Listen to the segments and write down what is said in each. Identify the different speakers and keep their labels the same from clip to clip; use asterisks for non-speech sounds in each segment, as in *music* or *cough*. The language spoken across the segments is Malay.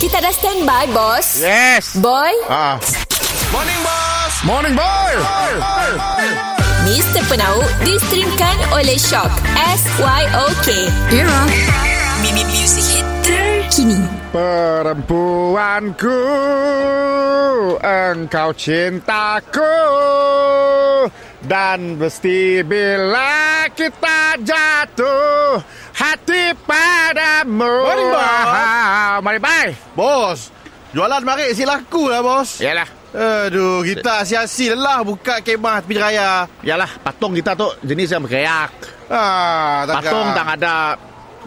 Speaker 1: Kita dah standby, bos.
Speaker 2: Yes.
Speaker 1: Boy,
Speaker 2: Ah.
Speaker 3: Morning Boss
Speaker 2: Morning boy.
Speaker 1: Mr. Penau distrimkan oleh Shock. S-Y-O-K. Era. Mimi Music Hit terkini.
Speaker 2: Perempuanku, engkau cintaku dan mesti bila kita jatuh hati padamu.
Speaker 3: Morning, boss.
Speaker 2: Ah, Morning boy.
Speaker 3: Bos Jualan marik si laku lah bos
Speaker 2: Yalah.
Speaker 3: Aduh Kita asyasi lah Buka kemah tepi raya
Speaker 2: Yalah, patung kita tu jenis yang berkerak.
Speaker 3: ah, takkan.
Speaker 2: Patung tak ada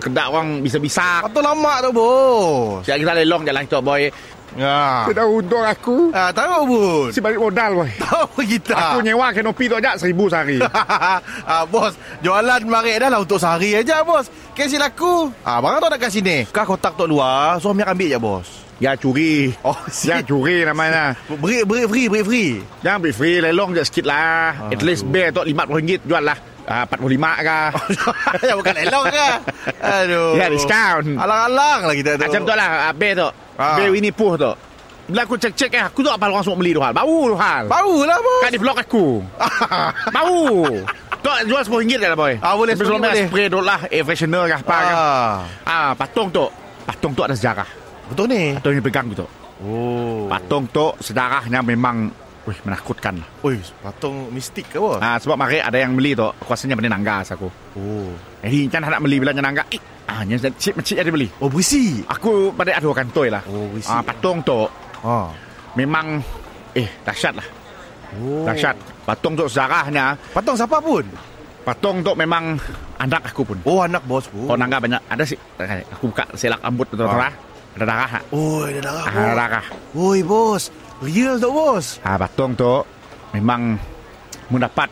Speaker 2: kedak orang bisa-bisa.
Speaker 3: Patung lama tu bos
Speaker 2: Siap kita lelong jalan tu boy.
Speaker 3: ah.
Speaker 2: Kita untung aku
Speaker 3: ah, Tahu pun
Speaker 2: si balik modal boy.
Speaker 3: Tahu kita
Speaker 2: Aku
Speaker 3: *laughs*
Speaker 2: nyewa kenopi tu aja seribu sehari.
Speaker 3: ah, bos, jualan marik dah lah untuk sehari aja bos. Kasi laku. Ah, barang tu nak kat sini. Kau kotak tu luar, suami ambil je bos.
Speaker 2: Ya *laughs* curi.
Speaker 3: Oh,
Speaker 2: Jangan curi namanya.
Speaker 3: Beri, beri free, beri *laughs* free.
Speaker 2: Jangan beli free lelong je sikit lah. At least bear tu RM50 jual lah. Ah, RM45 kah.
Speaker 3: ya bukan elok ke? Aduh.
Speaker 2: Ya, discount.
Speaker 3: Alang-alang lah kita tu.
Speaker 2: Macam tu lah ah, bear tu.
Speaker 3: Ah.
Speaker 2: Bear Winnie Pooh tu. Bila aku cek-cek eh, aku tak apa orang semua beli tu hal. Bau tu hal.
Speaker 3: Bau lah bos. *laughs*
Speaker 2: Kat di blok aku. Bau. Kau jual RM10 dah lah boy.
Speaker 3: Ah, boleh,
Speaker 2: Sebelum
Speaker 3: RM10
Speaker 2: ni
Speaker 3: boleh.
Speaker 2: spray dulu lah. Air freshener kah apa kah.
Speaker 3: Ah.
Speaker 2: Ah, patung tu. Patung tu ada sejarah.
Speaker 3: Betul ni.
Speaker 2: Patung yang pegang tu.
Speaker 3: Oh.
Speaker 2: Patung tu sejarahnya memang Wih, menakutkan lah.
Speaker 3: Oi, patung mistik ke bos?
Speaker 2: Ah, sebab mari ada yang beli tu. Kuasanya benda nanggas aku.
Speaker 3: Oh.
Speaker 2: Jadi Incan nak beli bila nyenangga. Eh, ah, yang cip-cip dia beli.
Speaker 3: Oh, berisi.
Speaker 2: Aku pada aduh kantoi lah.
Speaker 3: Oh, risih.
Speaker 2: ah, patung tu
Speaker 3: Ah.
Speaker 2: memang eh dahsyat lah.
Speaker 3: Oh.
Speaker 2: Oh. Dahsyat. Patung tu sejarahnya,
Speaker 3: Patung siapa pun?
Speaker 2: patung tu memang anak aku pun.
Speaker 3: Oh, anak bos pun.
Speaker 2: Oh, nangga banyak. Ada sih. Eh, Aku buka selak rambut tu terah. Ada darah. tak?
Speaker 3: Oh, ada darah.
Speaker 2: Ah,
Speaker 3: bos.
Speaker 2: ada darah.
Speaker 3: Oi, bos. Real tak bos?
Speaker 2: Ah, patung tu memang mendapat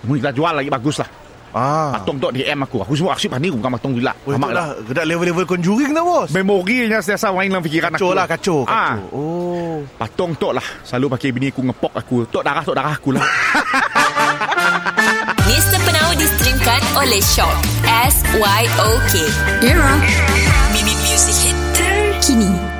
Speaker 2: Mungkin kita jual lagi bagus lah
Speaker 3: Ah.
Speaker 2: Patung tu DM aku Aku semua asyik pandai Bukan patung gila
Speaker 3: Oh,
Speaker 2: Amak
Speaker 3: itu lah. Kedak level-level conjuring dah bos.
Speaker 2: Memorinya sentiasa main dalam fikiran aku
Speaker 3: Kacau lah, kacau.
Speaker 2: Ah.
Speaker 3: Kacau. Oh.
Speaker 2: Patung tok lah Selalu pakai bini aku ngepok aku Tok darah, tok darah aku lah
Speaker 1: Mr. Penau distrimkan oleh Shock. S-Y-O-K. Era. Mimi Music Hit terkini.